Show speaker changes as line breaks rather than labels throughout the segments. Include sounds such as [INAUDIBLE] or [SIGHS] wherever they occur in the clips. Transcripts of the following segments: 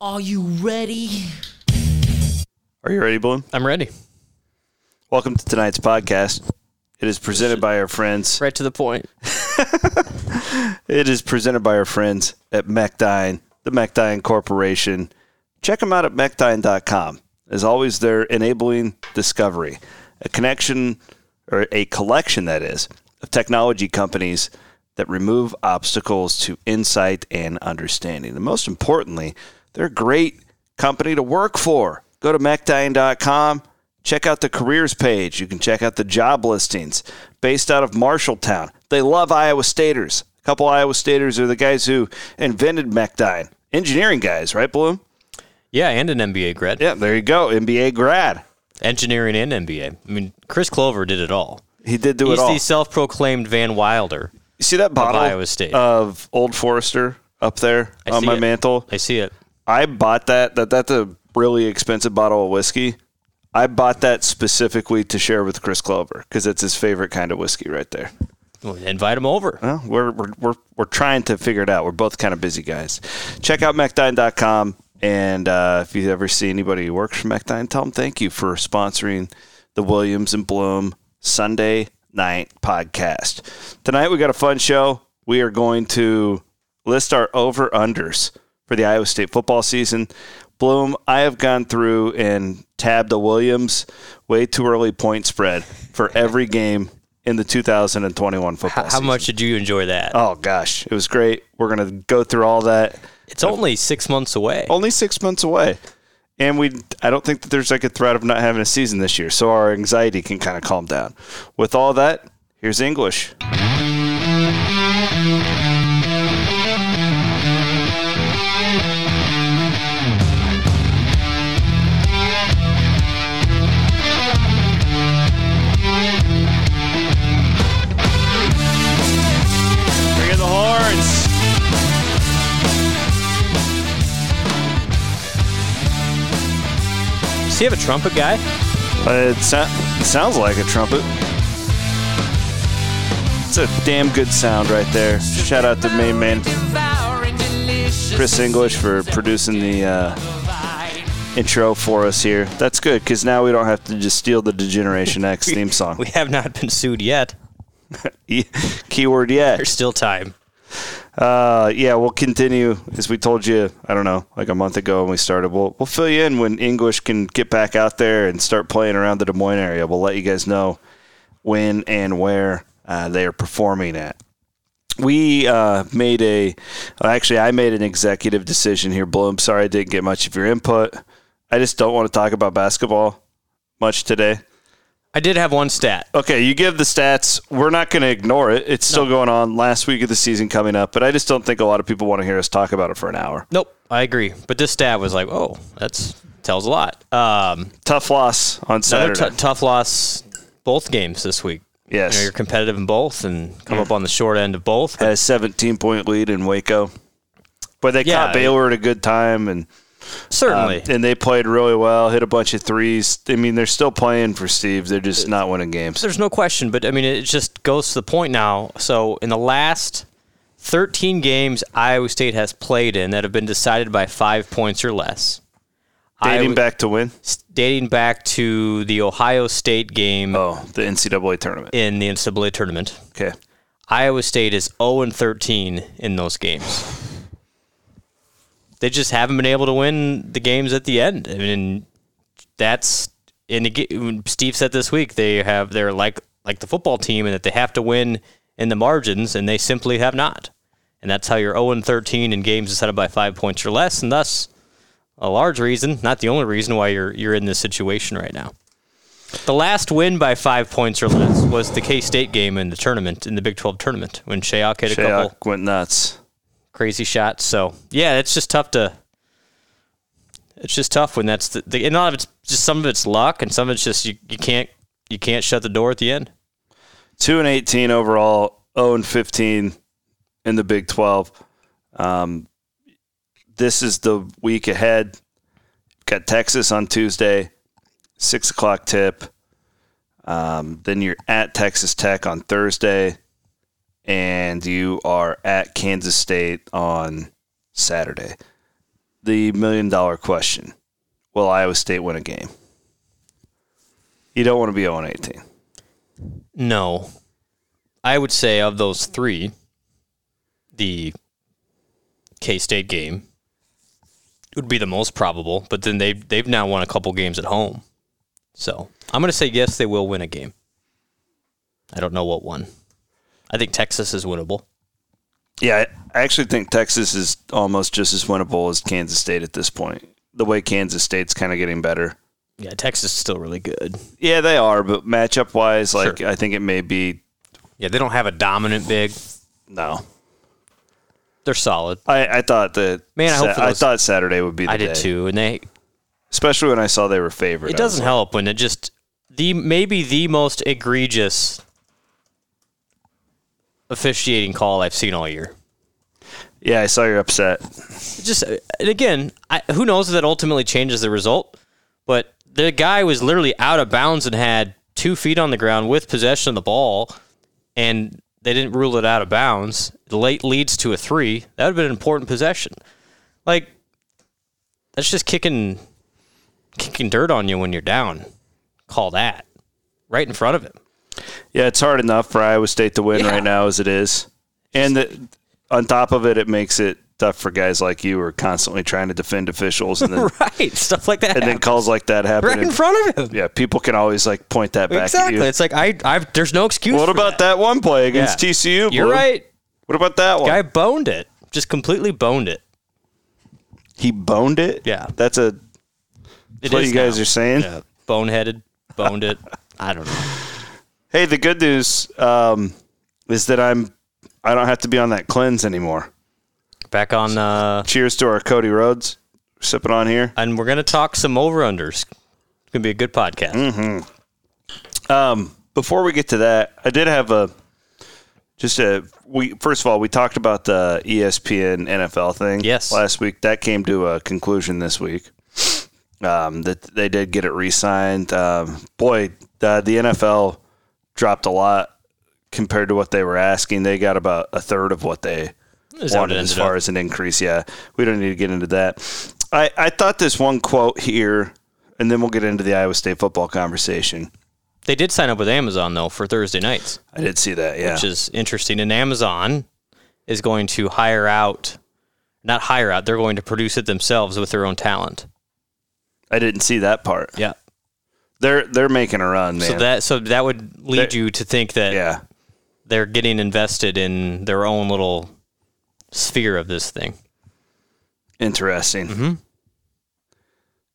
Are you ready?
Are you ready, Balloon?
I'm ready.
Welcome to tonight's podcast. It is presented by our friends.
Right to the point.
It is presented by our friends at MacDyne, the MacDyne Corporation. Check them out at MacDyne.com. As always, they're enabling discovery, a connection or a collection that is of technology companies that remove obstacles to insight and understanding. And most importantly, they're a great company to work for. Go to MacDyne.com, check out the careers page. You can check out the job listings based out of Marshalltown. They love Iowa Staters. A couple Iowa Staters are the guys who invented MacDyne. Engineering guys, right, Bloom?
Yeah, and an MBA grad.
Yeah, there you go. MBA grad.
Engineering and MBA. I mean, Chris Clover did it all.
He did do
He's
it all.
the self proclaimed Van Wilder.
You see that bottle
Iowa State.
of Old Forester up there
I
on
see
my
it.
mantle?
I see it.
I bought that. That that's a really expensive bottle of whiskey. I bought that specifically to share with Chris Clover because it's his favorite kind of whiskey right there.
Well, invite him over.
Well, we're, we're, we're, we're trying to figure it out. We're both kind of busy guys. Check out MacDyne.com. And uh, if you ever see anybody who works for MacDyne, tell them thank you for sponsoring the Williams and Bloom Sunday night podcast. Tonight, we got a fun show. We are going to list our over unders for the Iowa State football season. Bloom, I have gone through and tabbed a Williams way too early point spread for every game in the 2021 football
How, how
season.
much did you enjoy that?
Oh gosh, it was great. We're gonna go through all that.
it's only six months away.
Only six months away, and we. I don't think that there's like a threat of not having a season this year, so our anxiety can kind of calm down. With all that, here's English. Bring in the horns.
Does he have a trumpet guy?
Uh, It, so- it sounds like a trumpet. It's a damn good sound right there. Shout out to main man Chris English for producing the uh, intro for us here. That's good because now we don't have to just steal the Degeneration X theme song.
[LAUGHS] We have not been sued yet.
E- Keyword yet.
There's still time.
Uh, yeah, we'll continue as we told you. I don't know, like a month ago when we started. We'll we'll fill you in when English can get back out there and start playing around the Des Moines area. We'll let you guys know when and where uh, they are performing at. We uh, made a, actually, I made an executive decision here, Bloom. Sorry I didn't get much of your input. I just don't want to talk about basketball much today.
I did have one stat.
Okay, you give the stats. We're not going to ignore it. It's still going on. Last week of the season coming up, but I just don't think a lot of people want to hear us talk about it for an hour.
Nope, I agree. But this stat was like, oh, that's tells a lot. Um,
Tough loss on
another
Saturday.
t- tough loss both games this week.
yes,
You are competitive in both and come up on the short end of both. but
had a 17 point lead in Waco, but they
Yeah,
caught Baylor at a good time and um,
certainly.
and they played really well. Hit a bunch of threes. I mean, they're still playing for Steve. They're just not winning games.
There's no question, but I mean, it just goes to the point now. So, in the last 13 games Iowa State has played in that have been decided by five points or less,
Dating
Iowa-
back to win.
dating back to the Ohio State game
Oh, the NCAA tournament.
in the NCAA tournament,
Okay,
Iowa State is 0 and 13 in those games. They just haven't been able to win the games at the end. I mean, that's in the ga- when Steve said this week they have they're like like the football team and that they have to win in the margins and they simply have not. And that's how you're 0 and 13 in games decided by 5 points or less and thus a large reason, not the only reason why you're you're in this situation right now. The last win by five points or less was the K State game in the tournament, in the Big 12 tournament, when Shayok hit a couple
Shayok went nuts.
crazy shots. So, yeah, it's just tough to. It's just tough when that's the, the and a lot of it's just some of it's luck and some of it's just you, you can't you can't shut the door at the end.
two and eighteen overall, zero and fifteen in the Big Twelve. Um, this is the week ahead. Got Texas on Tuesday, six o'clock tip. Um, then you're at Texas Tech on Thursday, and you are at Kansas State on Saturday. the million dollar question. Will Iowa State win a game? You don't want to be 0 18.
No. I would say of those three, the K State game would be the most probable, but then they've they've now won a couple games at home. So I'm gonna say yes they will win a game. I don't know what one. I think Texas is winnable.
Yeah, I actually think Texas is almost just as winnable as Kansas State at this point. The way Kansas State's kind of getting better.
Yeah, Texas is still really good.
Yeah, they are, but matchup wise, like I think it may be
Yeah, they don't have a dominant big.
no.
They're solid.
I, I thought that
Man, I hope for
I
those-
thought Saturday would be the
I did
day.
too, and they
Especially when I saw they were favored. I
It
was
doesn't help when it just the maybe the most egregious officiating call I've seen all year.
like, Yeah, I saw you're upset.
It just and again, I, who knows if that ultimately changes the result? But the guy was literally out of bounds and had two feet on the ground with possession of the ball, and they didn't rule it out of bounds. The late leads to a three. That would have been an important possession. Like that's just kicking kicking dirt on you when you're down. Call that right in front of him.
[LAUGHS] Yeah, it's hard enough for Iowa State to win
Yeah.
right now as it is. And the, on top of it, it makes it tough for guys like you who are constantly trying to defend officials and then,
[LAUGHS] Right, stuff like that.
and then calls like that happen.
right in
And-
front of him.
yeah, people can always like point that back
Exactly.
at you.
It's like I, I, there's no excuse.
What
for
about that one play against
Yeah.
TCU?
You're
Blue?
right.
What about that one?
Guy boned it. Just completely boned it.
he boned it.
Yeah.
that's a
It
that's what
is
you guys
now.
are saying.
Yeah. Boneheaded.
[LAUGHS]
Boned it. I don't know.
Hey, the good news um, is that I'm I don't have to be on that cleanse anymore.
Back on, uh,
Cheers to our Cody Rhodes sipping on here.
and we're going to talk some over-unders. It's going to be a good podcast.
Mm, Um, before we get to that, I did have a just a we first of all we talked about the E ESPN NFL thing.
Yes.
last week that came to a conclusion this week. Um, that they did get it re-signed. Um, boy, the, the NFL dropped a lot compared to what they were asking. They got about a third of what they
Is that what
wanted
it
as
ended
far
up?
as an increase. Yeah, we don't need to get into that. I, I thought this one quote here, and then we'll get into the Iowa State football conversation.
They did sign up with Amazon, though, for Thursday nights,
I did see that. Yeah,
which is interesting. And Amazon is going to hire out, not hire out, they're going to produce it themselves with their own talent.
I didn't see that part.
Yeah.
They're they're making a run, man.
So that so that would lead you to think that
yeah,
they're getting invested in their own little sphere of this thing.
interesting.
Mm-hmm.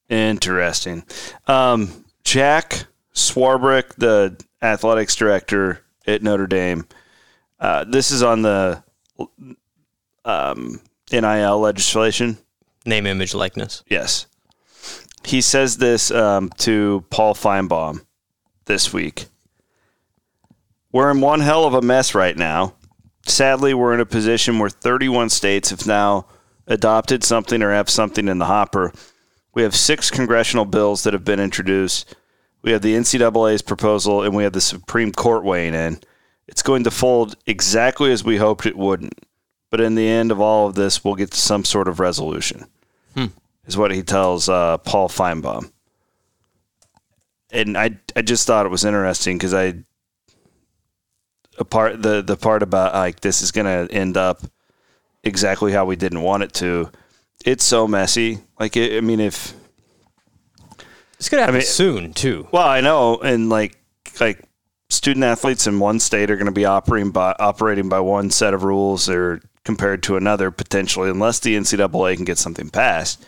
Interesting. Um, Jack Swarbrick, the athletics director at Notre Dame. Uh, this is on the um, NIL legislation.
Name, image, likeness.
Yes. He says this um, to Paul Feinbaum this week. We're in one hell of a mess right now. Sadly, we're in a position where 31 states have now adopted something or have something in the hopper. We have six congressional bills that have been introduced. We have the NCAA's proposal, and we have the Supreme Court weighing in. It's going to fold exactly as we hoped it wouldn't. But in the end of all of this, we'll get to some sort of resolution is what he tells uh, Paul Feinbaum. And I, I just thought it was interesting because I, a part the the part about like this is gonna end up exactly how we didn't want it to. It's so messy. Like it, I mean, if
It's gonna happen
mean-
soon too.
well, I know, and like like student athletes in one state are going to be operating by operating by one set of rules or compared to another potentially, unless the NCAA can get something passed.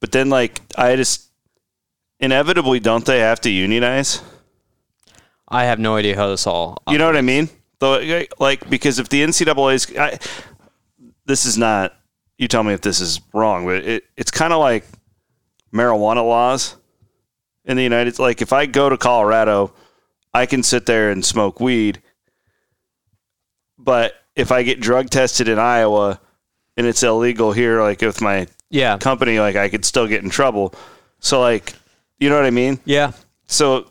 But then, like, I just inevitably don't they have to unionize?
I have no idea how this all. uh,
You know what I mean? Though, like, because if the NCAA's, I, this is not. You tell me if this is wrong, but it, it's kind of like marijuana laws in the United. Like, if I go to Colorado, I can sit there and smoke weed, but if I get drug tested in Iowa and it's illegal here, like with my
yeah,
company, like I could still get in trouble. So, like, you know what I mean?
yeah.
So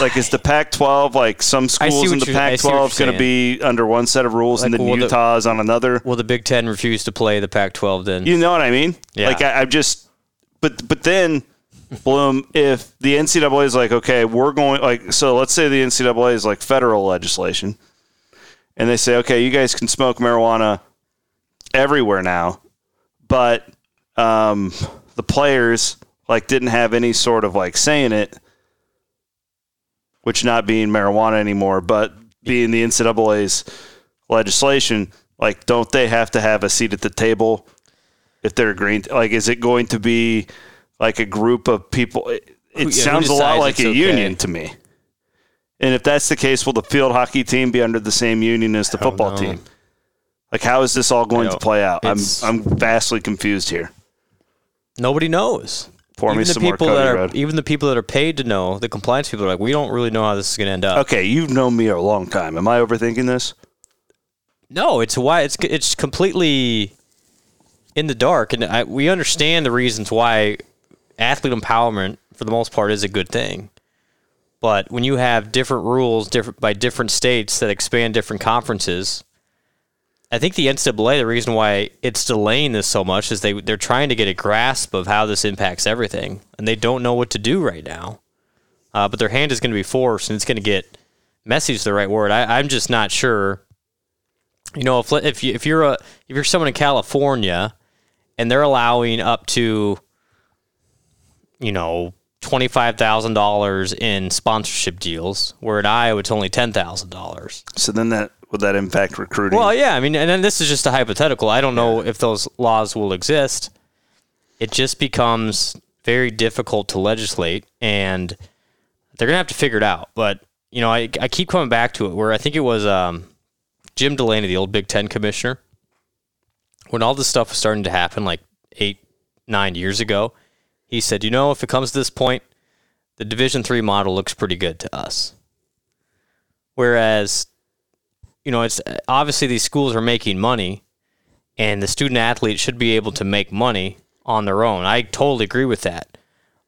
Like,
[SIGHS]
is the Pac-12 like some
I see
schools in
what
the
you're- I see what you're
Pac-12 going to
saying.
be under one set of rules
Like,
and then
will the-
Utah's on another?
Will the Big Ten refuse to play the Pac-12 then?
You know what I mean?
Yeah.
Like I, I'm just, but but then, Bloom, if the NCAA is like, okay, we're going like, so let's say the NCAA is like federal legislation, and they say, okay, you guys can smoke marijuana everywhere now, but um, the players like didn't have any sort of like saying it, which not being marijuana anymore, but being the NCAA's legislation, like don't they have to have a seat at the table if they're agreeing? like, is it going to be like a group of people? It, it
Who- yeah, who
sounds a lot
decides
like a
it's okay?
union to me. And if that's the case, will the field hockey team be under the same union as the
don't
football
know.
team? Like, how is this all going to
don't-
play out? I'm
it's-
I'm vastly confused here.
Nobody knows.
Pour me
even the
some more
people
Cody
that are
Red.
even the people that are paid to know, the compliance people are like, we don't really know how this is going to end up.
Okay, you've known me a long time. Am I overthinking this?
No, it's why it's it's completely in the dark, and I, we understand the reasons why athlete empowerment, for the most part, is a good thing. But when you have different rules different by different states that expand different conferences, I think the NCAA the reason why it's delaying this so much is they they're trying to get a grasp of how this impacts everything, and they don't know what to do right now. Uh, but their hand is going to be forced, and it's going to get message the right word. I, I'm just not sure you know if if you, if you're a if you're someone in California and they're allowing up to you know twenty five thousand dollars in sponsorship deals, where in Iowa it's only ten thousand dollars.
So then that would that impact recruiting?
Well, yeah, I mean, and then this is just a hypothetical. I don't know if those laws will exist. It just becomes very difficult to legislate, and they're gonna have to figure it out. But you know, I, I keep coming back to it where I think it was um, Jim Delaney, the old Big Ten commissioner, when all this stuff was starting to happen, like eight, nine years ago. He said, "You know, if it comes to this point, the Division three model looks pretty good to us." Whereas you know, it's obviously these schools are making money, and the student athlete should be able to make money on their own. I totally agree with that.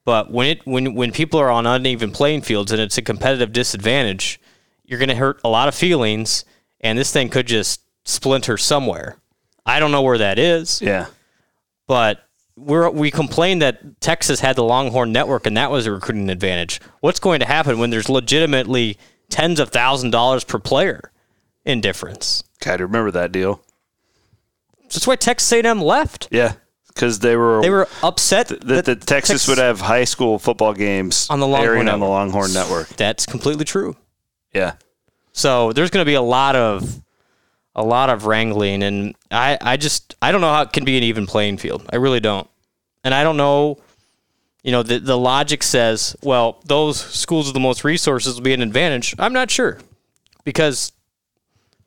But when it when when people are on uneven playing fields and it's a competitive disadvantage, you're going to hurt a lot of feelings, and this thing could just splinter somewhere. I don't know where that is,
yeah.
but we're we complained that Texas had the Longhorn Network and that was a recruiting advantage. What's going to happen when there's legitimately tens of thousand dollars per player in difference?
God, I remember that deal.
That's why Texas A&M left.
Yeah, because they were
They were upset
that, that Texas would have high school football games
On the
airing on
Longhorn
the
Network.
Longhorn Network.
That's completely true.
Yeah,
So there's going to be a lot of a lot of wrangling, and I I just I don't know how it can be an even playing field. I really don't, and I don't know. You know, the the logic says, well, those schools with the most resources will be an advantage. I'm not sure because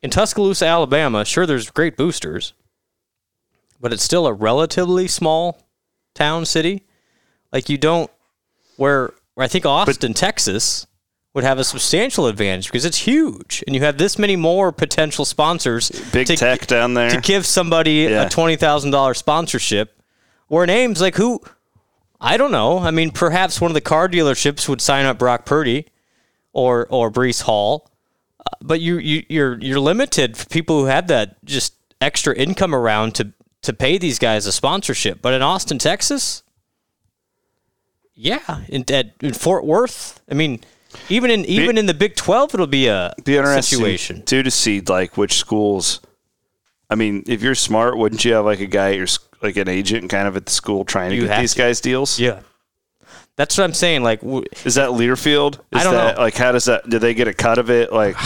in Tuscaloosa, Alabama, sure there's great boosters, but it's still a relatively small town city. Like you don't where, where I think Austin, Texas would have a substantial advantage because it's huge and you have this many more potential sponsors
big
to,
tech down there.
to give somebody
Eh? Yeah.
a $20,000 sponsorship where names like who I don't know. I mean, perhaps one of the car dealerships would sign up Brock Purdy or or Brees Hall, Uh, but you you you're you're limited for people who have that just extra income around to to pay these guys a sponsorship. But in Austin, Texas, yeah, in at, in Fort Worth, I mean, even in even in the Big Twelve, it'll be a
be interesting
situation.
too to see like which schools. I mean, if you're smart, wouldn't you have like a guy at your s- like an agent kind of at the school trying to
You
get
have
these
to.
guys deals?
Yeah, that's what I'm saying. Like w-
Is that Learfield? Is
I don't
that
know.
like how does that do they get a cut of it?
[SIGHS]
Like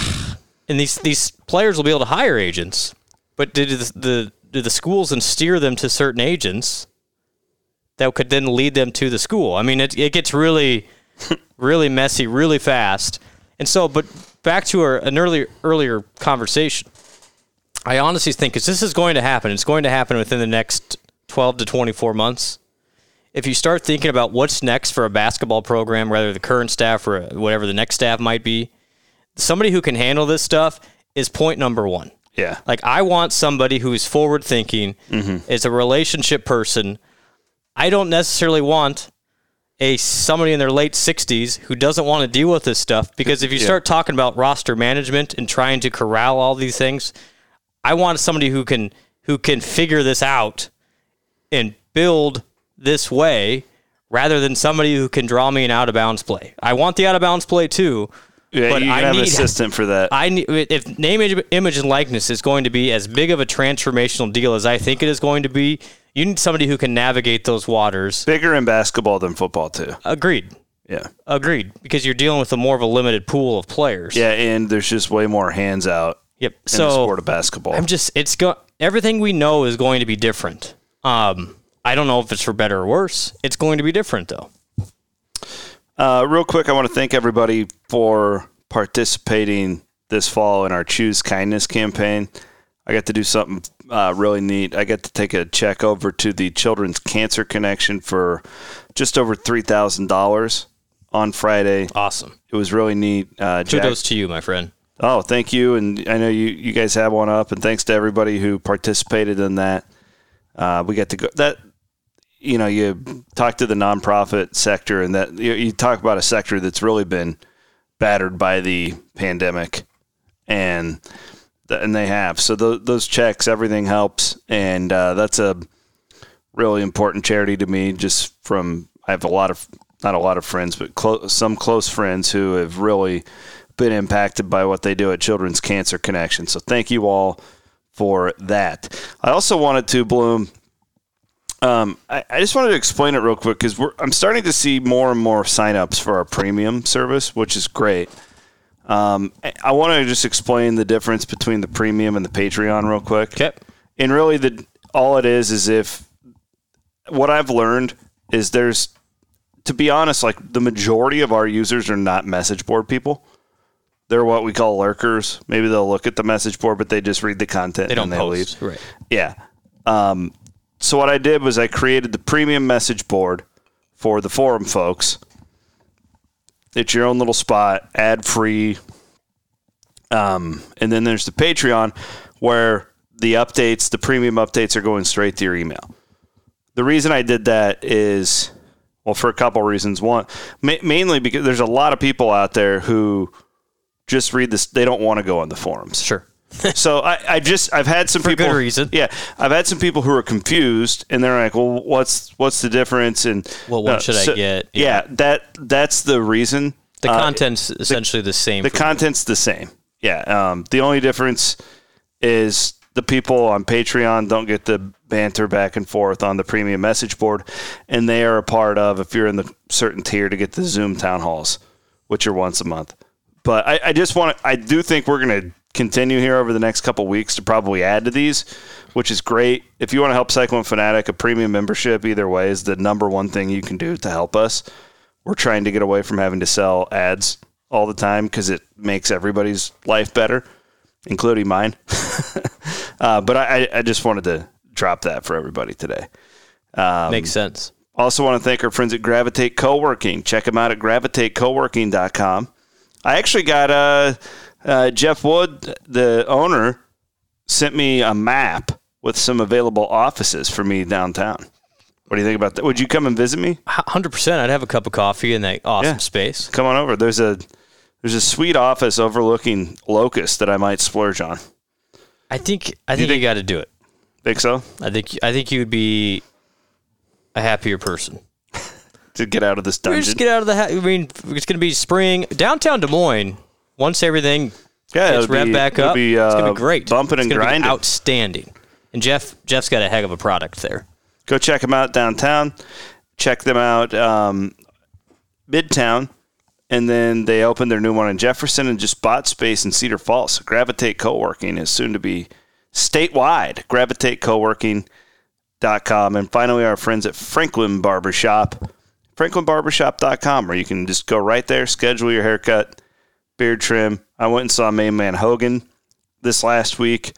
and these these players will be able to hire agents, but did the, the do the schools and steer them to certain agents that could then lead them to the school? I mean, it it gets really really messy really fast, and so but back to our, an earlier earlier conversation. I honestly think because this is going to happen, it's going to happen within the next twelve to twenty four months. If you start thinking about what's next for a basketball program, whether the current staff or uh, whatever the next staff might be, somebody who can handle this stuff is point number one.
yeah,
Like I want somebody who is forward thinking, is a relationship person. I don't necessarily want a somebody in their late 60s who doesn't want to deal with this stuff because if you
Yeah.
start talking about roster management and trying to corral all these things, I want somebody who can who can figure this out and build this way rather than somebody who can draw me an out of bounds play. I want the out of bounds play too.
Yeah,
but
you can
I
have an
need-
assistant for that.
I ne- if name image, image and likeness is going to be as big of a transformational deal as I think it is going to be, you need somebody who can navigate those waters.
Bigger in basketball than football too.
Agreed.
Yeah.
Agreed, because you're dealing with a more of a limited pool of players.
Yeah, and there's just way more hands out
Yep.
in the sport
So
of basketball.
I'm just it's go everything we know is going to be different. Um, I don't know if it's for better or worse. It's going to be different though.
Uh, real quick, I want to thank everybody for participating this fall in our Choose Kindness campaign. I got to do something uh, really neat. I got to take a check over to the Children's Cancer Connection for just over three thousand dollars on Friday.
Awesome.
It was really neat. Uh, Jack-
Kudos to you, my friend.
Oh, thank you. And I know you, you guys have one up, and thanks to everybody who participated in that. Uh, we got to go that, you know, you talk to the nonprofit sector, and that you, you talk about a sector that's really been battered by the pandemic, and th- and they have. So tho- those checks, everything helps, and uh, that's a really important charity to me. Just from I have a lot of not a lot of friends, but clo- some close friends who have really been impacted by what they do at Children's Cancer Connection. So thank you all for that. I also wanted to bloom. Um, I, I just wanted to explain it real quick because I'm starting to see more and more signups for our premium service, which is great. Um, I, I want to just explain the difference between the premium and the Patreon real quick
Okay.
and really the all it is is if what i've learned is there's to be honest like the majority of our users are not message board people they're what we call lurkers maybe they'll look at the message board but they just read the content
They don't
and they leave
post. Right.
yeah. Um, so what I did was I created the premium message board for the forum folks. It's your own little spot, ad free. Um, and then there's the Patreon where the updates, the premium updates are going straight to your email. The reason I did that is, well, for a couple reasons. One, ma- mainly because there's a lot of people out there who just read this, they don't want to go on the forums.
[LAUGHS] Sure.
So I, I just I've had some people
good reason.
Yeah, I've had some people who are confused and they're like, "Well, what's what's the difference?" And uh,
Well, what should I get?
Yeah. that that's the reason.
The
Uh,
content's essentially the, same.
the
for-
content's the same. Yeah. Um, the only difference is the people on Patreon don't get the banter back and forth on the premium message board, and they are a part of if you're in the certain tier to get the Zoom town halls, which are once a month. But I, I just want to, I do think we're going to continue here over the next couple weeks to probably add to these, which is great. If you want to help Cyclone Fanatic, a premium membership either way is the number one thing you can do to help us we're trying to get away from having to sell ads all the time because it makes everybody's life better, including mine. [LAUGHS] uh, but I, I- I just wanted to drop that for everybody today.
makes sense.
Also, want to thank our friends at Gravitate Coworking. Check them out at gravitatecoworking.com. I actually got uh, uh, Jeff Wood, the owner, sent me a map with some available offices for me downtown. What do you think about that? Would you come and visit me?
Hundred percent. I'd have a cup of coffee in that awesome
Yeah.
space.
come on over. There's a there's a sweet office overlooking Locust that I might splurge on.
I think. I think you, got to do it.
Think so?
I think. I think you'd be a happier person.
To get out of this
We
dungeon.
just get out of the. Ha- I mean, it's going to be spring downtown Des Moines. Once everything
yeah,
gets
it'll be-
revved back
it'll
up,
be,
it's going
uh,
to be great.
Bumping and
it's gonna be
grinding.
outstanding. And Jeff, Jeff's got a heck of a product there.
Go check them out downtown. Check them out um, midtown. And then they opened their new one in Jefferson and just bought space in Cedar Falls. Gravitate Co-working is soon to be statewide. Gravitate Co-working. com. And finally, our friends at Franklin Barbershop, franklinbarbershop.com, where you can just go right there, schedule your haircut, beard trim. I went and saw main man Hogan this last week.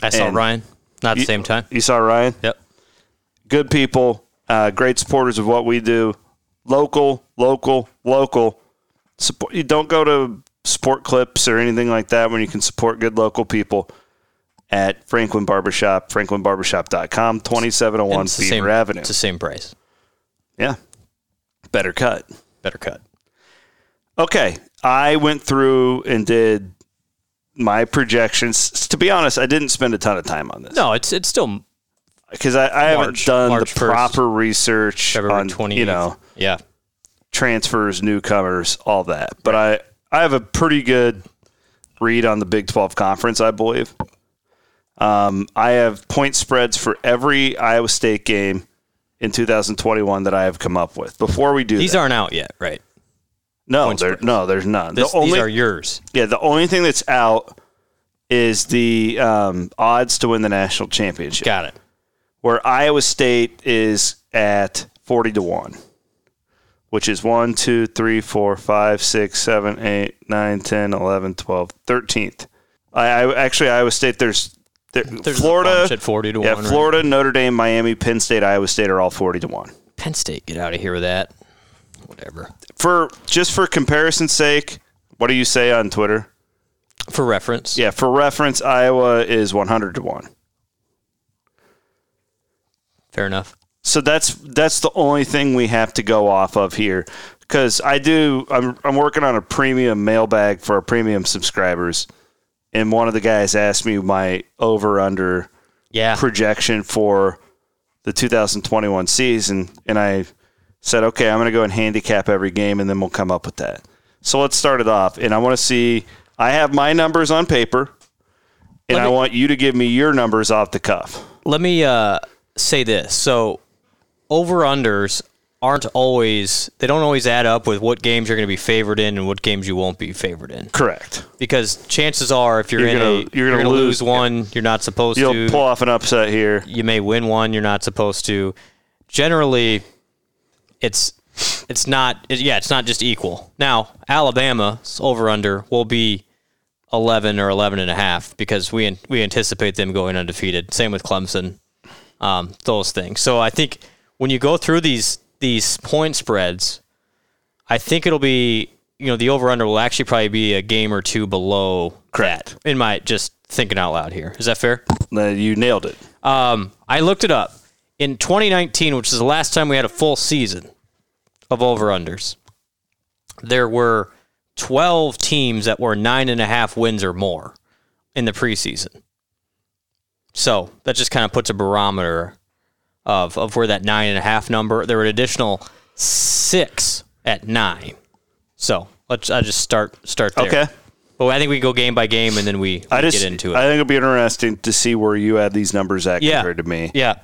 I saw
And
Ryan. Not at the same time.
You saw Ryan?
Yep.
Good people, uh, great supporters of what we do. Local, local, local. Support. You don't go to sport clips or anything like that when you can support good local people at Franklin Barbershop, franklinbarbershop.com,
And
2701
it's the
Beaver
same.
Avenue.
It's the same price.
Yeah. Better cut.
Better cut.
Okay. I went through and did my projections. S- To be honest, I didn't spend a ton of time on this
No, it's it's still
because I, I haven't
March-
done
March
the
1st,
proper research
February
on
twenty.
you know
yeah,
transfers, newcomers, all that. But I I have a pretty good read on the Big Twelve conference, I believe. Um, I have point spreads for every Iowa State game in 2021 that I have come up with. Before we do,
these
that-
aren't out yet, right?
no,
point
there, no, there's none.
This,
the only
these are yours.
Yeah, the only thing that's out is the um, odds to win the national championship,
Got it.
where Iowa State is at 40 to 1, which is 1, 2, 3, 4, 5, 6, 7, 8, 9, 10, 11, 12, 13th. I, I, actually, Iowa State, there's, there,
There's a
Florida.
bunch at forty to
yeah,
one. right?
Florida, Notre Dame, Miami, Penn State, Iowa State are all 40 to 1.
Penn State, get out of here with that. Whatever.
For just for comparison's sake, what do you say on Twitter?
For reference,
Yeah, for reference, Iowa is 100 to 1.
fair enough.
So that's that's the only thing we have to go off of here cuz I do I'm I'm working on a premium mailbag for our premium subscribers and one of the guys asked me my over under
Yeah,
projection for the 2021 season and I said okay, I'm going to go and handicap every game and then we'll come up with that. So let's start it off and I want to see I have my numbers on paper and
Let
I
me-
want you to give me your numbers off the cuff.
let me uh, say this. So over unders aren't always they don't always add up with what games you're going to be favored in and what games you won't be favored in.
Correct.
Because chances are, if you're,
You're
in
gonna-
a
you're
you're,
gonna
going to
lose-
lose, one, you're not supposed
You'll
to.
pull off an upset here.
you may win one, you're not supposed to. Generally, it's it's not it, yeah, it's not just equal. Now, Alabama's over under will be 11 or 11 and a half because we an- we anticipate them going undefeated. Same with Clemson. Um, those things. So I think when you go through these these point spreads, I think it'll be you know the over under will actually probably be a game or two below
Correct.
that. In my just thinking out loud here, is that fair?
No, Uh, You nailed it.
Um, I looked it up. In 2019, which is the last time we had a full season of over unders, there were 12 teams that were nine and a half wins or more in the preseason. So that just kind of puts a barometer of, of where that nine and a half number. There were an additional six at nine. So let's I just start start there.
Okay.
But I think we go game by game and then we,
I
we
just
get into it.
I think it'll be interesting to see where you add these numbers at
yeah.
compared to me,
Yeah.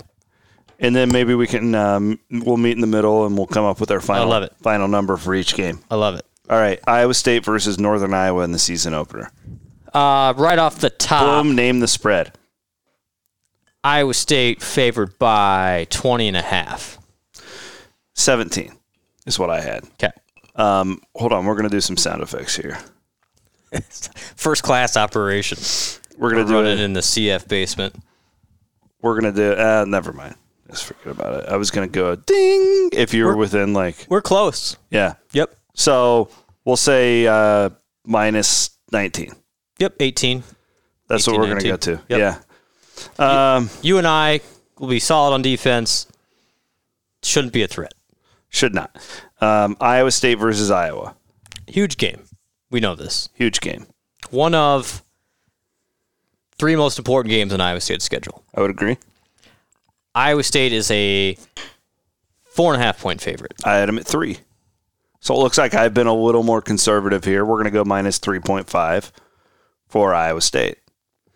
and then maybe we can um, we'll meet in the middle and we'll come up with our final
love it.
final number for each game.
I love it.
All right, Iowa State versus Northern Iowa in the season opener.
Uh, right off the top,
Boom! Name the spread.
Iowa State favored by 20 and a half.
Seventeen is what I had.
Okay.
Um, hold on, we're gonna do some sound effects here.
[LAUGHS] First class operation.
We're gonna do
Running
it.
in the CF basement.
We're gonna do. Uh, never mind. Just forget about it. I was gonna go ding if you were within like
We're close.
yeah.
Yep.
So we'll say uh, minus nineteen.
Yep. 18.
That's what we're going to
18,
go to.
19.
Yeah. Um,
You and I will be solid on defense. Shouldn't be a threat.
should not. Um, Iowa State versus Iowa.
Huge game. We know this.
Huge game.
One of three most important games in Iowa State's schedule.
I would agree.
Iowa State is a four and a half point favorite.
I had them at three. So it looks like I've been a little more conservative here. We're going to go minus 3.5 for Iowa State.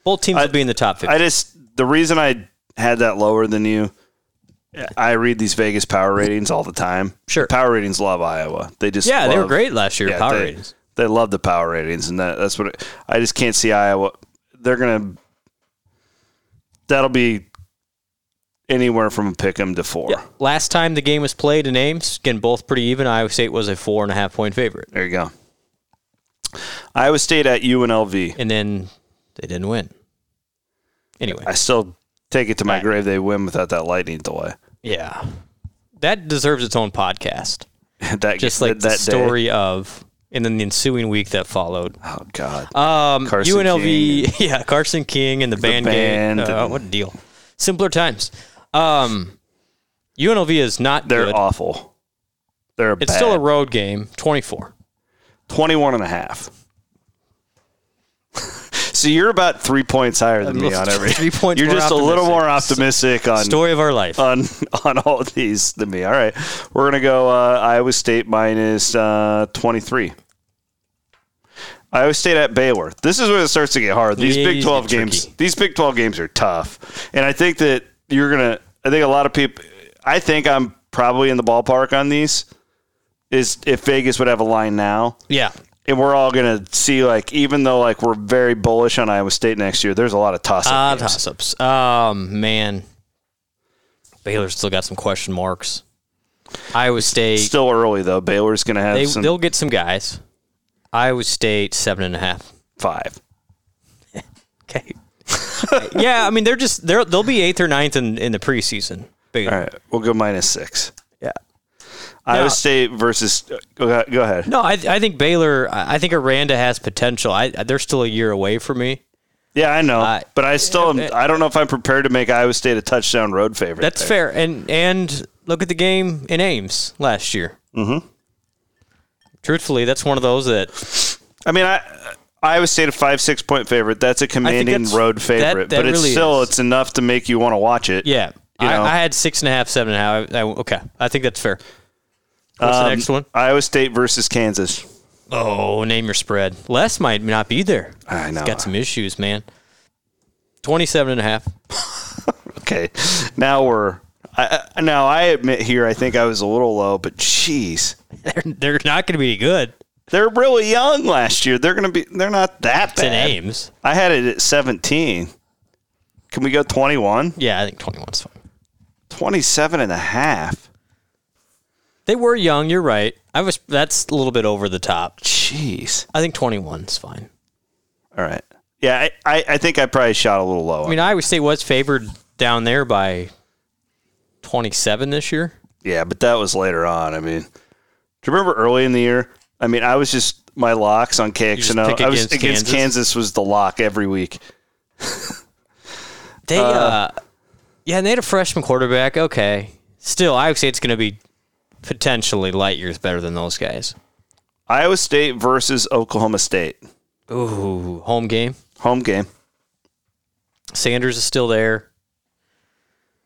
Both teams will be in the top 50.
I just, the reason I had that lower than you, I read these Vegas power ratings all the time.
Sure.
Power ratings love Iowa. They just,
yeah, they were
love-
great last year.
Yeah,
power
they,
ratings.
They love the power ratings, and that, that's what it, I just can't see Iowa. They're gonna. That'll be anywhere from a pick 'em to four.
Yeah. Last time the game was played in Ames, again, both pretty even. Iowa State was a four and a half point favorite.
There you go. Iowa State at UNLV.
And then they didn't win. Anyway.
I still take it to my
Right.
grave. They win without that lightning delay. [LAUGHS]
Yeah. That deserves its own podcast.
that
Just like
that,
the
that day.
story of, and then the ensuing week that followed.
Oh God.
Um,
Carson
UNLV, [LAUGHS] yeah, Carson King and the, band,
band
gang. Uh,
and-
what a deal. Simpler times. Um, UNLV is not
They're
good.
awful. They're
It's
bad.
still a road game. Twenty four.
21 and a half. [LAUGHS] so you're about three points higher than
I'm
me on every.
three points
You're
more
just a little
optimistic.
more optimistic on
Story of our life.
on on [LAUGHS] all of these than me. All right, we're gonna go uh, Iowa State minus uh, 23. Iowa State at Baylor. This is where it starts to get hard. These
Yeah,
Big
these
12
get
games.
tricky.
These Big 12 games are tough, and I think that you're gonna. I think a lot of people. I think I'm probably in the ballpark on these. Is if Vegas would have a line now,
yeah.
and we're all gonna see like even though like we're very bullish on Iowa State next year, there's a lot of toss up
Ah,
games.
toss ups. Um, man. Baylor's still got some question marks. Iowa State.
Still early though. Baylor's gonna have
They
some
they'll get some guys. Iowa State seven and a half.
five.
Okay. [LAUGHS] yeah, I mean they're just they're they'll be eighth or ninth in, in the preseason. Big-
All right, we'll go minus six.
Yeah.
Iowa
Now-
State versus. Go ahead. Go ahead.
No, I I think Baylor. I I think Aranda has potential. I they're still a year away from me.
Yeah, I know,
Uh,
but I still. Am, I don't know if I'm prepared to make Iowa State a touchdown road favorite.
That's
there.
fair. And and look at the game in Ames last year. Mm-hmm. Truthfully, that's one of those that
I mean, I. Iowa State a five six point favorite. That's a commanding
that's-
road favorite,
that- that
but it's
really
still
is.
it's enough to make you want to watch it.
yeah.
You
I,
know.
I had six and a half, seven and a half. I, I- okay, I think that's fair. What's
Um,
the next one?
Iowa State versus Kansas.
Oh, name your spread. Les might not be there.
I know.
He's got some issues, man. 27 and a half. [LAUGHS]
Okay, now we're. I, I, now I admit here, I think I was a little low, but jeez,
They're, they're not going to be good.
they're really young last year. They're gonna be. They're not that
It's in
bad.
Ames.
I had it at 17. Can we go 21?
Yeah, I think 21's fine.
27 and a half.
They were young. You're right. I was. That's a little bit over the top.
Jeez.
I think 21's fine.
All right. Yeah, I, I, I think I probably shot a little low.
I mean, Iowa State was favored down there by 27 this year.
yeah, but that was later on. I mean, do you remember early in the year? I mean, I was just my locks on
just
KXNO.
pick
I was
against
against
Kansas?
Kansas. was the lock every week.
They, uh, yeah, and they had a freshman quarterback. Okay, still, Iowa State's going to be potentially light years better than those guys.
Iowa State versus Oklahoma State.
Ooh, home game.
Home game.
Sanders is still there.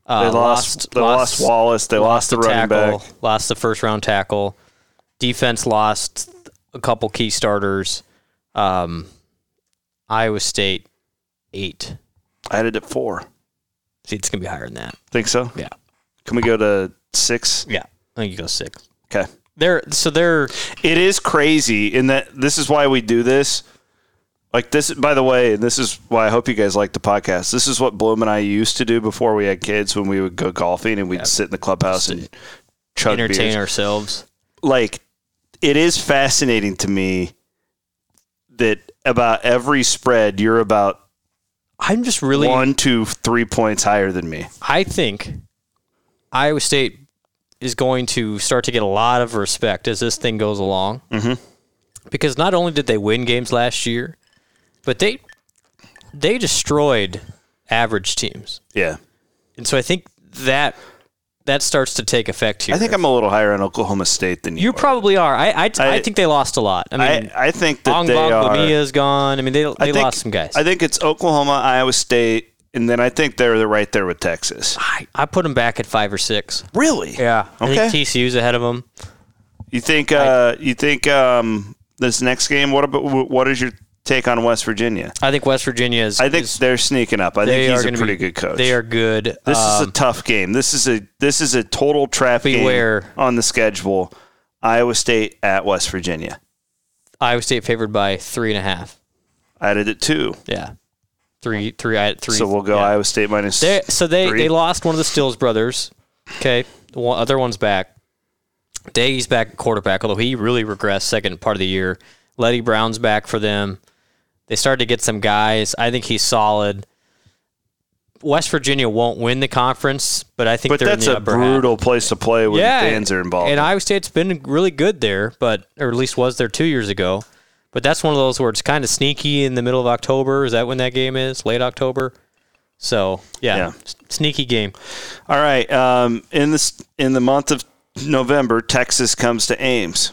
They
Uh,
lost, they lost Wallace. They lost, the running
tackle,
back.
lost the first round tackle. Defense lost a couple key starters. Um, Iowa State eight.
I had it at four.
See, it's gonna be higher than that.
Think so?
Yeah,
Can we go to six?
yeah. I think you go six.
Okay.
They're so they're
it is crazy in that this is why we do this. Like this, by the way, and this is why I hope you guys like the podcast. This is what Bloom and I used to do before we had kids when we would go golfing and we'd sit in the clubhouse and chug
entertain
beers.
ourselves.
Like it is fascinating to me that about every spread you're about
I'm just really.
one, two, three points higher than me.
I think Iowa State is going to start to get a lot of respect as this thing goes along. Mm-hmm. Because not only did they win games last year, but they they destroyed average teams,
Yeah,
and so I think that that starts to take effect here.
I think I'm a little higher on Oklahoma State than you.
you
are.
probably are. I I, I
I-
think they lost a lot. I mean,
I, I think that
Ong
they are.
is gone. I mean, they they
I think-
lost some guys.
I think it's Oklahoma, Iowa State, and then I think they're they're right there with Texas.
I, I put them back at five or six.
Really?
Yeah. I
Okay.
think TCU's ahead of them.
You think? Uh, you think um, this next game? What about? wh- What is your take on West Virginia?
I think West Virginia is.
I think
is-
they're sneaking up. I
they
think he's
are
a
gonna
pretty
be-
good coach.
They are good.
This
Uh,
is a tough game. This is a this is a total trap game
Beware.
on the schedule. Iowa State at West Virginia.
Iowa State favored by three and a half.
I did it too.
Yeah, three, three, I three.
So we'll go
yeah.
Iowa State minus.
They, so they
Three.
they lost one of the Stills brothers. Okay, the one, other one's back. Daggy's back at quarterback, although he really regressed second part of the year. Letty Brown's back for them. They started to get some guys. I think he's solid. West Virginia won't win the conference, but I think
but
they're
that's
in the
a
upper half.
brutal place to play when
yeah,
fans are involved.
And Iowa State's been really good there, but or at least was there two years ago. But that's one of those where it's kind of sneaky in the middle of October. Is that when that game is? Late October. So yeah,
Yeah.
s- sneaky game.
All right. Um, in this in the month of November, Texas comes to Ames.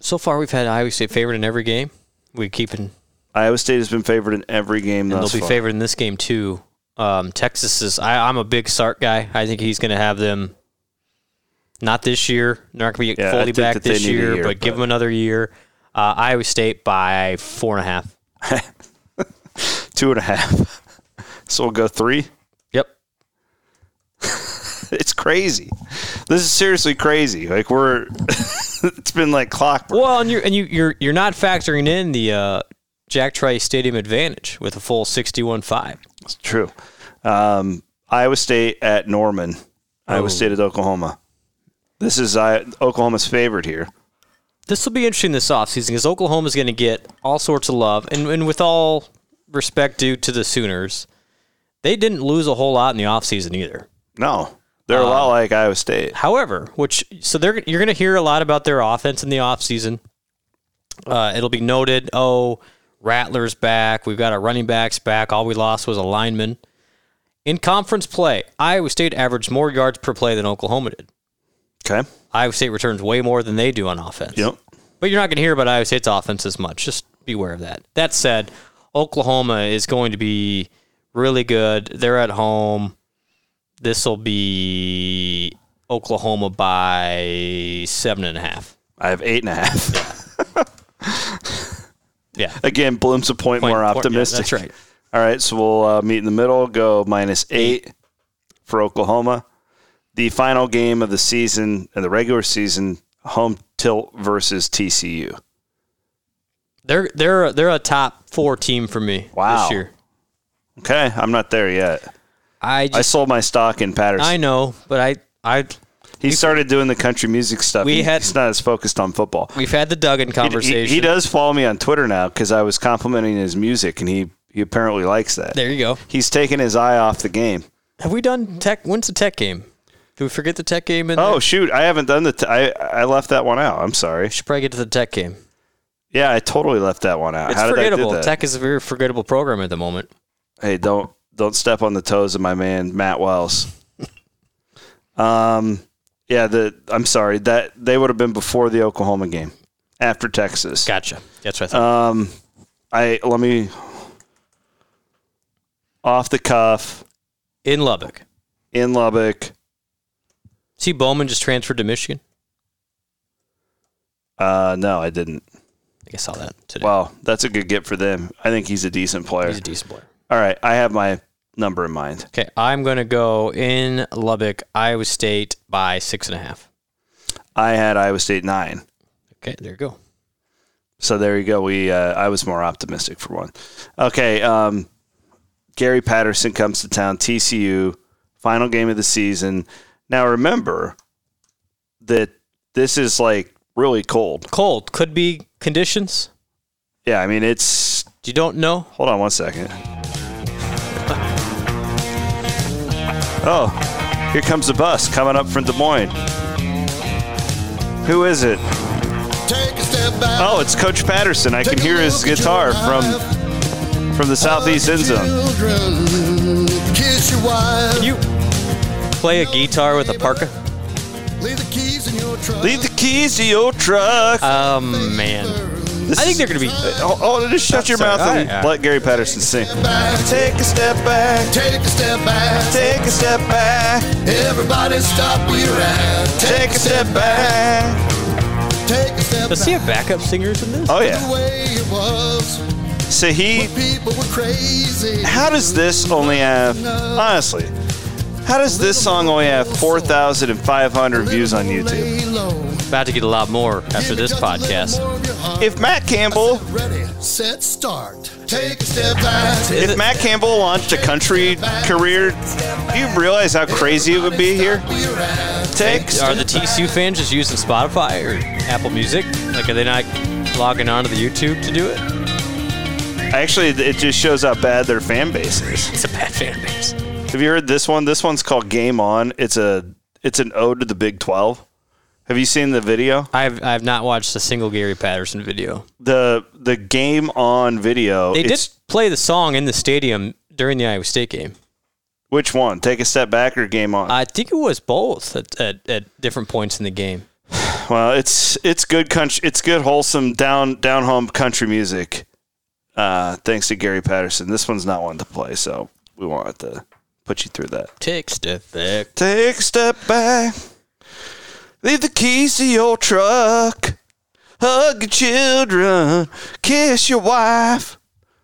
So far, we've had Iowa State favored in every game. We're keeping,
Iowa State has been favored in every game
and
thus
they'll be
far.
favored in this game too. Um, Texas is. I, I'm a big Sark guy. I think he's going to have them. Not this year. They're not going to be
Yeah, I
fully
think
back
that they
this
need a
year,
year,
but give
but-
them another year. Uh, Iowa State by four and a half.
Two and a half. [LAUGHS] so we'll go three. [LAUGHS]
Yep.
It's crazy. This is seriously crazy. Like we're, [LAUGHS] it's been like clockwork.
Well, and you're and you, you're you're not factoring in the uh, Jack Trice Stadium advantage with a full sixty-one-five.
It's true. Um, Iowa State at Norman.
Oh.
Iowa State at Oklahoma. This is I, Oklahoma's favorite here.
This will be interesting this offseason because Oklahoma's going to get all sorts of love, and and with all respect due to the Sooners, they didn't lose a whole lot in the offseason either.
No, they're
Ah.
a lot like Iowa State.
However, which so they're you're going to hear a lot about their offense in the offseason. Uh, it'll be noted, oh, Rattler's back. We've got our running backs back. All we lost was a lineman. In conference play, Iowa State averaged more yards per play than Oklahoma did.
Okay.
Iowa State returns way more than they do on offense.
Yep.
But you're not going to hear about Iowa State's offense as much. Just beware of that. That said, Oklahoma is going to be really good. They're at home. This will be Oklahoma by seven and a half.
I have eight and a half.
Yeah.
[LAUGHS] Again, Bloom's a point, more
Yeah,
optimistic.
that's right.
All right, so we'll uh, meet in the middle. Go minus eight for Oklahoma. The final game of the season and the regular season home tilt versus TCU.
They're they're they're a top four team for me
Wow.
this year.
Okay, I'm not there yet.
I
I
just
sold my stock in Patterson.
I know, but I I
he started doing the country music stuff.
We
He-
had-
he's not as focused on football.
we've had the Duggan
He,
conversation.
he, he does follow me on Twitter now because I was complimenting his music, and he, he apparently likes that.
There you go.
He's taken his eye off the game.
Have we done tech? When's the tech game? Do we forget the tech game? In
Oh
there?
shoot! I haven't done the. T- I I left that one out. I'm sorry.
should probably get to the tech game.
Yeah, I totally left that one out.
It's
How did
forgettable.
I do that?
Tech is a very forgettable program at the moment.
hey, don't don't step on the toes of my man Matt Wells. um, yeah, the I'm sorry that they would have been before the Oklahoma game, after Texas.
Gotcha. That's what I thought.
Um, I let me off the cuff
in Lubbock.
in Lubbock.
See, Bowman just transferred to Michigan.
Uh, no, I didn't.
I think I saw that today.
Wow, that's a good get for them. I think he's a decent player.
He's a decent player.
All right, I have my number in mind.
Okay, I'm going to go in Lubbock, Iowa State by six and a half.
I had Iowa State nine.
Okay, there you go.
So there you go. We uh, I was more optimistic for one. Okay, um, Gary Patterson comes to town. TCU final game of the season. Now remember that this is like really cold.
Cold could be conditions.
Yeah, I mean it's.
You don't know.
Hold on one second. [LAUGHS] Oh, here comes the bus coming up from Des Moines. Who is it?
Take a step back.
Oh, it's Coach Patterson. I can hear his guitar from from the southeast end zone.
Children, kiss your wife.
You play a guitar with a parka?
Leave the keys in your truck.
Leave the keys to your truck.
Oh, man. I think they're going to be. uh,
oh, oh, just shut your
sorry.
mouth and
All right.
let Gary Patterson sing.
back.
Take a step back.
Take a step back.
Take a step back.
Everybody stop where you're at.
Take a step back.
Take a step
Does he
back.
have backup singers in this?
Oh
The
yeah.
way it was.
So he.
People were crazy.
How does this only have? Honestly, how does this song only have four thousand and five hundred views on YouTube?
Lay low.
About to get a lot more after
Give
this
just a little
podcast.
more of your heart.
If Matt Campbell,
Ready, set, start. Take a step back.
Is
if
it-
Matt Campbell launched a country career, do you realize how crazy it would be here?
Where you're at.
Take.
Are the TCU fans just using Spotify or Apple Music? Like, are they not logging on to the YouTube to do it?
Actually, it just shows how bad their fan base is.
It's a bad fan base.
Have you heard this one? This one's called Game On. It's a it's an ode to the Big Twelve. Have you seen the video?
I've I've not watched a single Gary Patterson video.
The the Game On video.
They did
it's-
play the song in the stadium during the Iowa State game.
Which one? Take a step back or game on?
I think it was both at, at, at different points in the game.
well, it's it's good country. It's good wholesome down down home country music. Uh, thanks to Gary Patterson. This one's not one to play, so we wanted to put you through that.
Tick step back.
Take a step back. Leave the keys to your truck. Hug your children. Kiss your wife.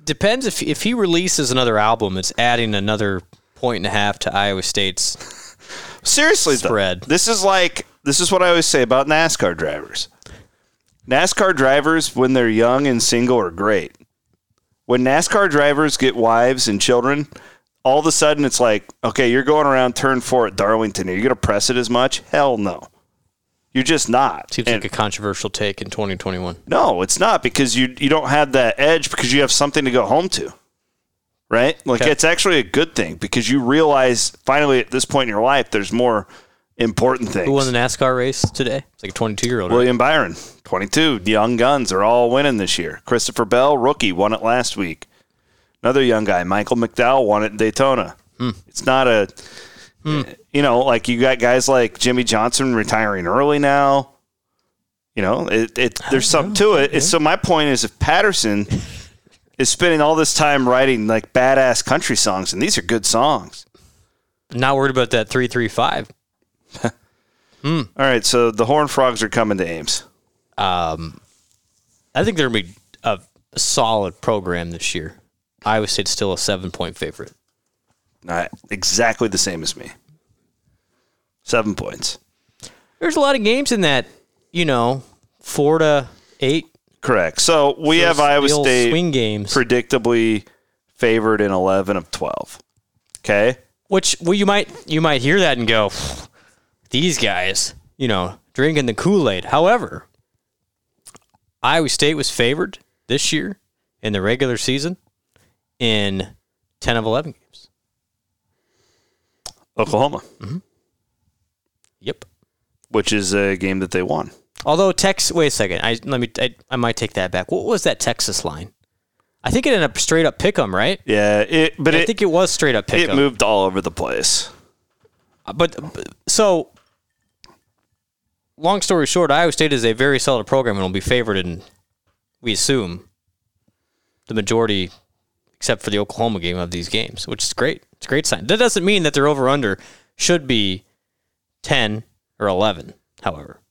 Depends if if he releases another album, it's adding another point and a half to Iowa State's.
Seriously, though,
Spread.
this is like this is what I always say about NASCAR drivers. NASCAR drivers, when they're young and single, are great. When NASCAR drivers get wives and children, all of a sudden it's like, okay, you're going around turn four at Darlington. Are you going to press it as much? Hell no. You're just not.
Seems
And-
like a controversial take in 2021.
No, it's not because you you don't have that edge because you have something to go home to. Right? Like
Okay.
it's actually a good thing because you realize finally at this point in your life there's more important things.
Who won the NASCAR race today? It's like a 22 year old.
William Byron, 22. The young guns are all winning this year. Christopher Bell, rookie, won it last week. Another young guy, Michael McDowell, won it in Daytona. It's not a, you know, like you got guys like Jimmy Johnson retiring early now. You know, it, it there's something to it. It's, so my point is, if Patterson is spending all this time writing like badass country songs, and these are good songs.
Not worried about that 335.
All right, so the Horn Frogs are coming to Ames.
I think they're going to be a solid program this year. Iowa State's still a seven point favorite.
Not exactly the same as me. Seven points.
There's a lot of games in that, you know, four to eight.
Correct. So we have
Those-
Iowa
the old
State
swing games,
predictably favored in 11 of 12. Okay.
which well, you might you might hear that and go, these guys, you know, drinking the Kool Aid. However, Iowa State was favored this year in the regular season in ten of eleven games.
Oklahoma,
Yep.
which is a game that they won.
Although Texas, wait a second. I let me. I, I might take that back. What was that Texas line? I think it ended up straight up pick 'em, right?
Yeah. It, but
I
it,
think it was straight up pick
it
'em. Uh,
moved all over the place.
But but- so, long story short, Iowa State is a very solid program and will be favored in, we assume, the majority, except for the Oklahoma game of these games, which is great. It's a great sign. That doesn't mean that their over under should be ten or eleven. However,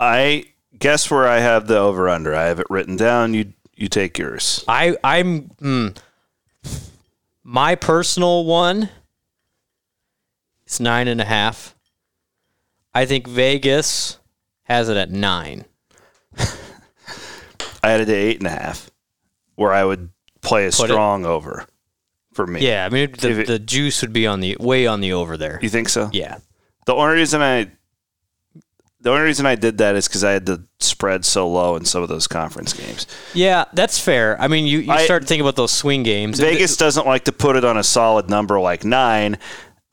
I guess where I have the over under. I have it written down. You you take yours.
I I'm mm, my personal one is nine and a half. I think Vegas has it at nine.
I had it at eight and a half, where I would play a
Put it-
strong over for me.
Yeah, I mean the,
If it-
the juice would be on the way on the over there.
You think so?
Yeah,
The only reason I the only reason I did that is because I had the spread so low in some of those conference games.
yeah, that's fair. I mean, you, you
I-
start thinking about those swing games.
Vegas doesn't like to put it on a solid number like nine,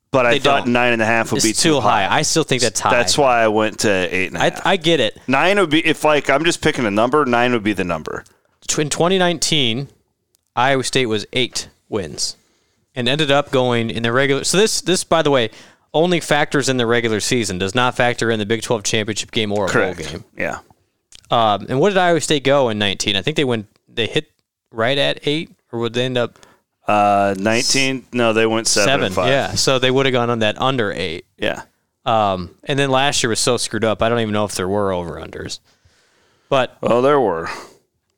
but I
They
thought
don't.
nine and a half would
it's
be
too, high. I still think that's high.
That's why I went to eight and a half.
I, I get it.
nine would be if like I'm just picking a number. Nine would be the number.
Tw- In 2019, Iowa State was eight wins and ended up going in the regular. So this this by the way only factors in the regular season. Does not factor in the Big 12 championship game or a bowl game.
Yeah.
Um, and what did Iowa State go in 19? I think they went they hit right at eight, or would they end up
Uh, nineteen. No, they went seven.
seven?
and five.
Yeah, so they would have gone on that under eight.
Yeah.
Um, and then last year was so screwed up. I don't even know if there were over unders, but
Well, there were,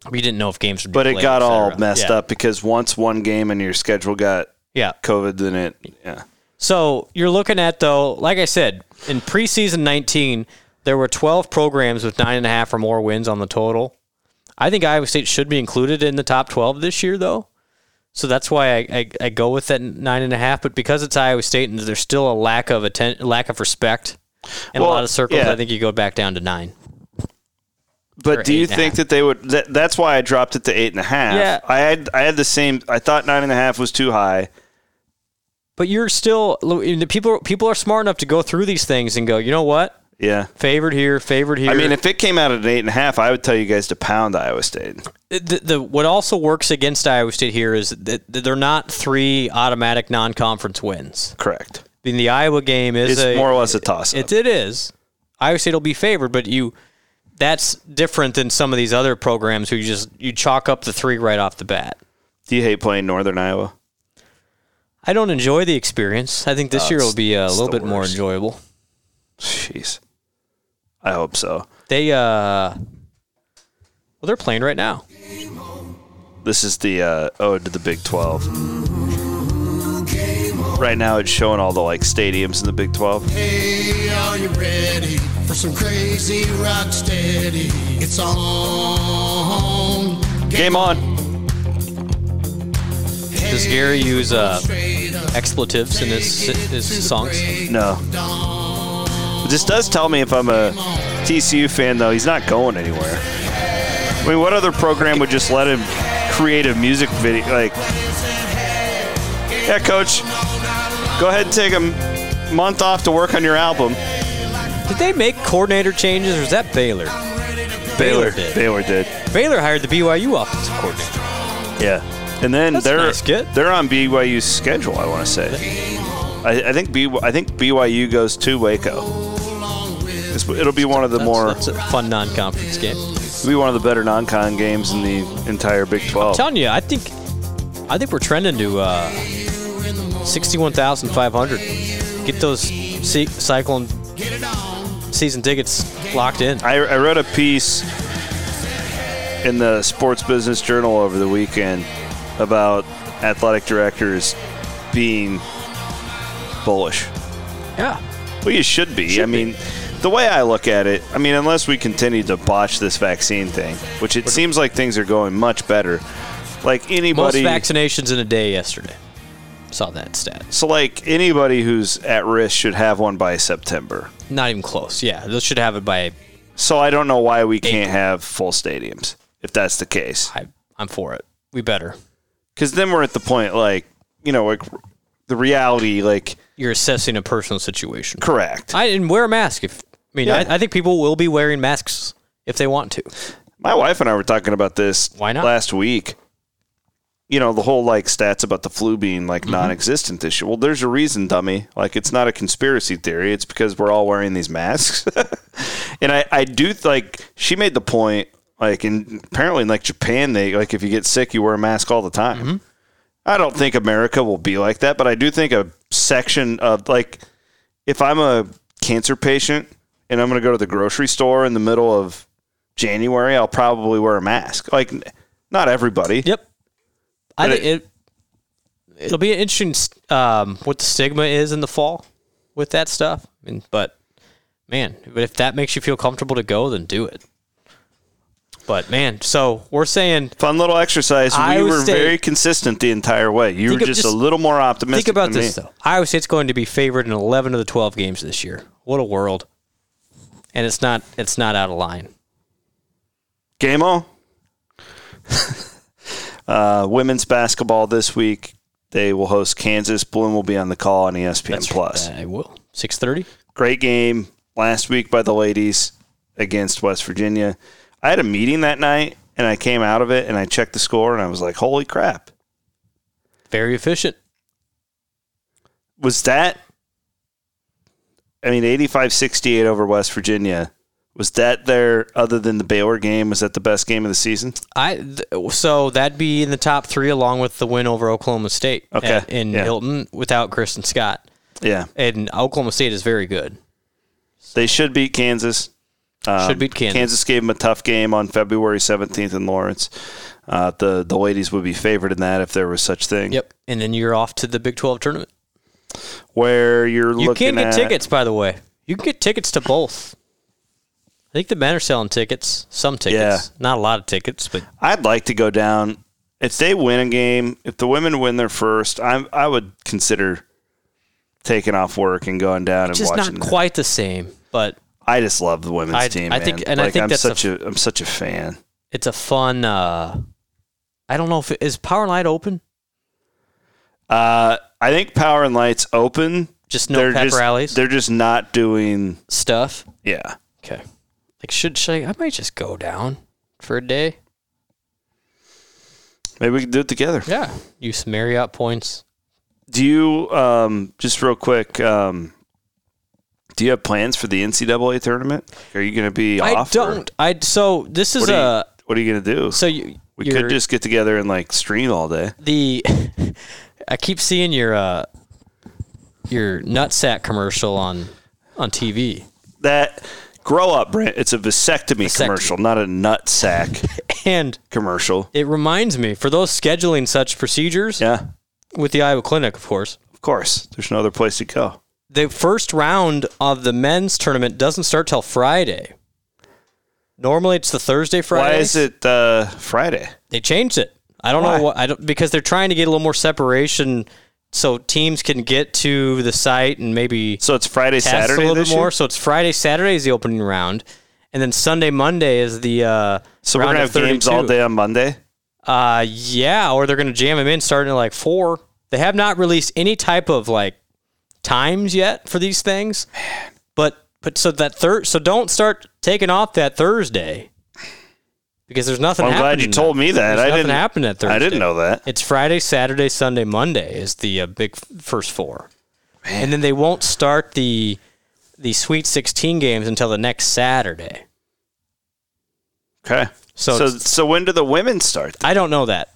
we didn't know if games would. Be
but it
played,
got
et
all
cetera.
messed
Yeah.
up because once one game in your schedule got
Yeah.
COVID, then it. Yeah.
So you're looking at though, like I said, in preseason 19, there were 12 programs with nine and a half or more wins on the total. I think Iowa State should be included in the top 12 this year, though. So that's why I, I, I go with that nine and a half. But because it's Iowa State and there's still a lack of atten- lack of respect in
Well,
a lot of circles,
yeah.
I think you go back down to nine.
But
or
do
eight
you
and a
think
half.
that they would? That, that's why I dropped it to eight and a half.
Yeah.
I had I had the same. I thought nine and a half was too high.
But you're still the people. People are smart enough to go through these things and go, you know what?
Yeah.
Favored here, favored here.
I mean, if it came out at an eight and a half, I would tell you guys to pound Iowa State.
the, the what also works against Iowa State here is that they're not three automatic non-conference wins.
Correct.
I mean, the Iowa game is
It's
a,
more or less a toss up.
It, it is. Iowa State will be favored, but you that's different than some of these other programs who you just you chalk up the three right off the bat.
Do you hate playing Northern Iowa?
I don't enjoy the experience. I think this year will be a little
Uh, the
bit more
worst.
enjoyable.
Jeez. I hope so.
They uh well they're playing right now.
This is the uh, ode to the Big 12. Right now, it's showing all the like stadiums in the Big 12.
Hey, are you ready for some crazy rock steady? It's on.
Game on.
Does Gary use uh
Straight up.
expletives in his his songs?
No. This does tell me if I'm a TCU fan, though. He's not going anywhere. I mean, what other program would just let him create a music video? Like, yeah, coach, go ahead and take a m- month off to work on your album.
Did they make coordinator changes or is that Baylor? Baylor did.
Baylor did.
Baylor hired the BYU offensive coordinator.
Yeah, and then
That's a
they're
nice get.
they're on BYU's schedule. I want to say, I, I think B, I think BYU goes to Waco. It's- it'll be one of the
That's,
more
that's a fun non-conference game.
it'll be one of the better non-con games in the entire Big Twelve.
telling you, I think, I think we're trending to uh, sixty-one thousand five hundred. Get those se- cyclone season tickets locked in.
I, I read a piece in the Sports Business Journal over the weekend about athletic directors being bullish.
Yeah,
Well, you should be. I mean, the way I look at it, I mean, unless we continue to botch this vaccine thing, which it seems like things are going much better. Like
most
anybody,
vaccinations in a day yesterday. Saw that stat.
so like anybody who's at risk should have one by September.
Not even close. Yeah, those should have it by.
So I don't know why we can't have full stadiums if that's the case.
I, I'm for it. We better.
Because then we're at the point, like you know, like the reality, like
You're assessing a personal situation.
correct.
I and wear a mask. If I mean,
Yeah.
I, I think people will be wearing masks if they want to.
My wife and I were talking about this
Why not?
last week. You know, the whole like stats about the flu being like
Mm-hmm.
non existent this year. Well, there's a reason, dummy. Like, it's not a conspiracy theory. It's because we're all wearing these masks. [LAUGHS] and I, I do like, she made the point, like, in apparently in like Japan, they like, if you get sick, you wear a mask all the time.
Mm-hmm.
I don't think America will be like that, but I do think a section of like, if I'm a cancer patient and I'm going to go to the grocery store in the middle of January, I'll probably wear a mask. Like, n- not everybody.
Yep. I
But
think it, it'll be an interesting um, what the stigma is in the fall with that stuff. I mean, but man, but if that makes you feel comfortable to go, then do it. But man, so we're saying
Fun little exercise.
Iowa
we were
State-
very consistent the entire way. You were
Think of
just, a
just-
little more optimistic.
think about
than
this
me.
though. Iowa State's going to be favored in 11 of the 12 games this year. What a world. And it's not it's not out of line.
Game on. [LAUGHS] uh, women's basketball this week. They will host Kansas. Bloom will be on the call on E ESPN Plus.
I will. 6:30.
Great game last week by the ladies against West Virginia. I had a meeting that night and I came out of it and I checked the score and I was like, "Holy crap!"
Very efficient.
was that I mean 85-68 over West Virginia was that their other than the Baylor game was that the best game of the season
I th- so that'd be in the top three along with the win over Oklahoma State
Okay,
at- in
yeah.
Hilton without Kristen Scott,
yeah
and Oklahoma State is very good.
they should beat Kansas Um,
Should beat Kansas.
Kansas gave them a tough game on February 17th in Lawrence uh, the the ladies would be favored in that if there was such thing
Yep, and then you're off to the Big Twelve tournament.
where you're
You
looking
can get
at
tickets, by the way. You can get tickets to both. I think the men are selling tickets, some tickets,
Yeah.
not a lot of tickets, but
I'd like to go down if they win a game. If the women win their first, I I would consider taking off work and going down and
just
watching.
not
that.
quite the same. But
I just love the women's
I-
team.
I
man.
think- and I
Like,
think
I'm
that's
such
a-
a I'm such a fan.
it's a fun. uh I don't know if is Power Light open.
Uh, I think Power and Lights open
Just no
they're
pep
just,
rallies
They're just not doing.
stuff.
Yeah,
Okay. Like should, should I, I might just go down for a day.
maybe we can do it together.
Yeah. Use some Marriott points.
Do you um, just real quick? Um, do you have plans for the NCAA tournament? Are you going to be
I
off? or
don't. I so this is
What are,
a
you, what are you going to do?
so you
we
you're-
could just get together and like stream all day.
the [LAUGHS] I keep seeing your uh your nutsack commercial on on TV.
That grow up, Brent. It's a vasectomy,
Vasectomy.
commercial, not a nut sack
[LAUGHS] And
commercial.
it reminds me for those scheduling such procedures
Yeah,
with the Iowa Clinic, of course.
of course. There's no other place to go.
The first round of the men's tournament doesn't start till Friday. Normally it's the Thursday Friday.
Why is it uh, Friday?
They changed it. I don't
Why?
know what I don't because they're trying to get a little more separation so teams can get to the site and maybe
So it's Friday,
test
Saturday
a little
this
bit more.
year?
So it's Friday, Saturday is the opening round, and then Sunday, Monday is the uh,
So we're
round
gonna have
of
games all
32.
day on Monday.
Uh, yeah, or they're gonna jam them in starting at like four. They have not released any type of like times yet for these things, but but so that third so don't start taking off that Thursday because there's nothing.
Well, I'm glad
happening
you told me that.
There's
I
nothing
didn't
happened that Thursday.
I didn't know that.
It's Friday, Saturday, Sunday, Monday is the uh, big f- first four, and then they won't start the the Sweet 16 games until the next Saturday.
Okay.
So
So so,
it's-
when do the women start?
I don't know that.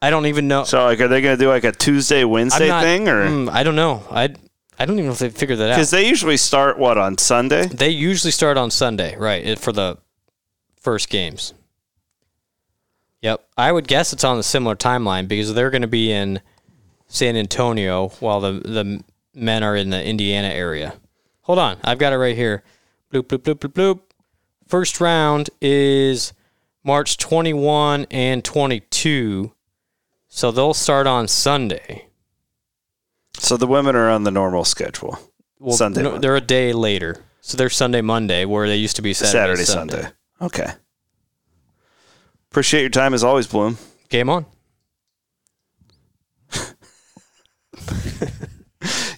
I don't even know.
So like, are they gonna do like a Tuesday
I'm
Wednesday
not-
thing or?
Mm, I don't know. I I don't even know if they figured that
Because
out.
they usually start what on Sunday.
They usually start on Sunday, right, it- for the first games. Yep, I would guess it's on the similar timeline because they're going to be in San Antonio while the the men are in the Indiana area. Hold on, I've got it right here. Bloop bloop bloop bloop bloop. First round is March 21 and 22. So they'll start on Sunday.
So the women are on the normal schedule.
Well,
Sunday,
no,
Monday.
they're a day later, so they're Sunday Monday, where they used to be
Saturday,
Saturday, Sunday.
Sunday. Okay. Appreciate your time as always, Bloom.
Game on.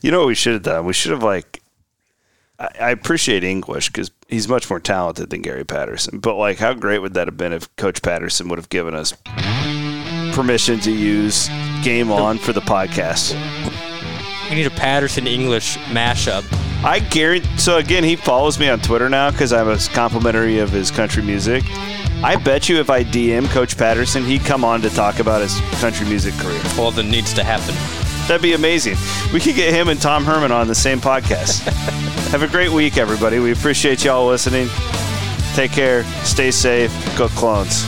You know what we should have done? We should have like. I, I appreciate English because he's much more talented than Gary Patterson. But like, how great would that have been if Coach Patterson would have given us permission to use Game On for the podcast?
We need a Patterson English mashup.
I guarantee. So again, he follows me on Twitter now because I'm a complimentary of his country music. I bet you if I DM Coach Patterson, he'd come on to talk about his country music career.
Well, that needs to happen.
That'd be amazing. We could get him and Tom Herman on the same podcast. Have a great week, everybody. We appreciate y'all listening. Take care. Stay safe. Go clones.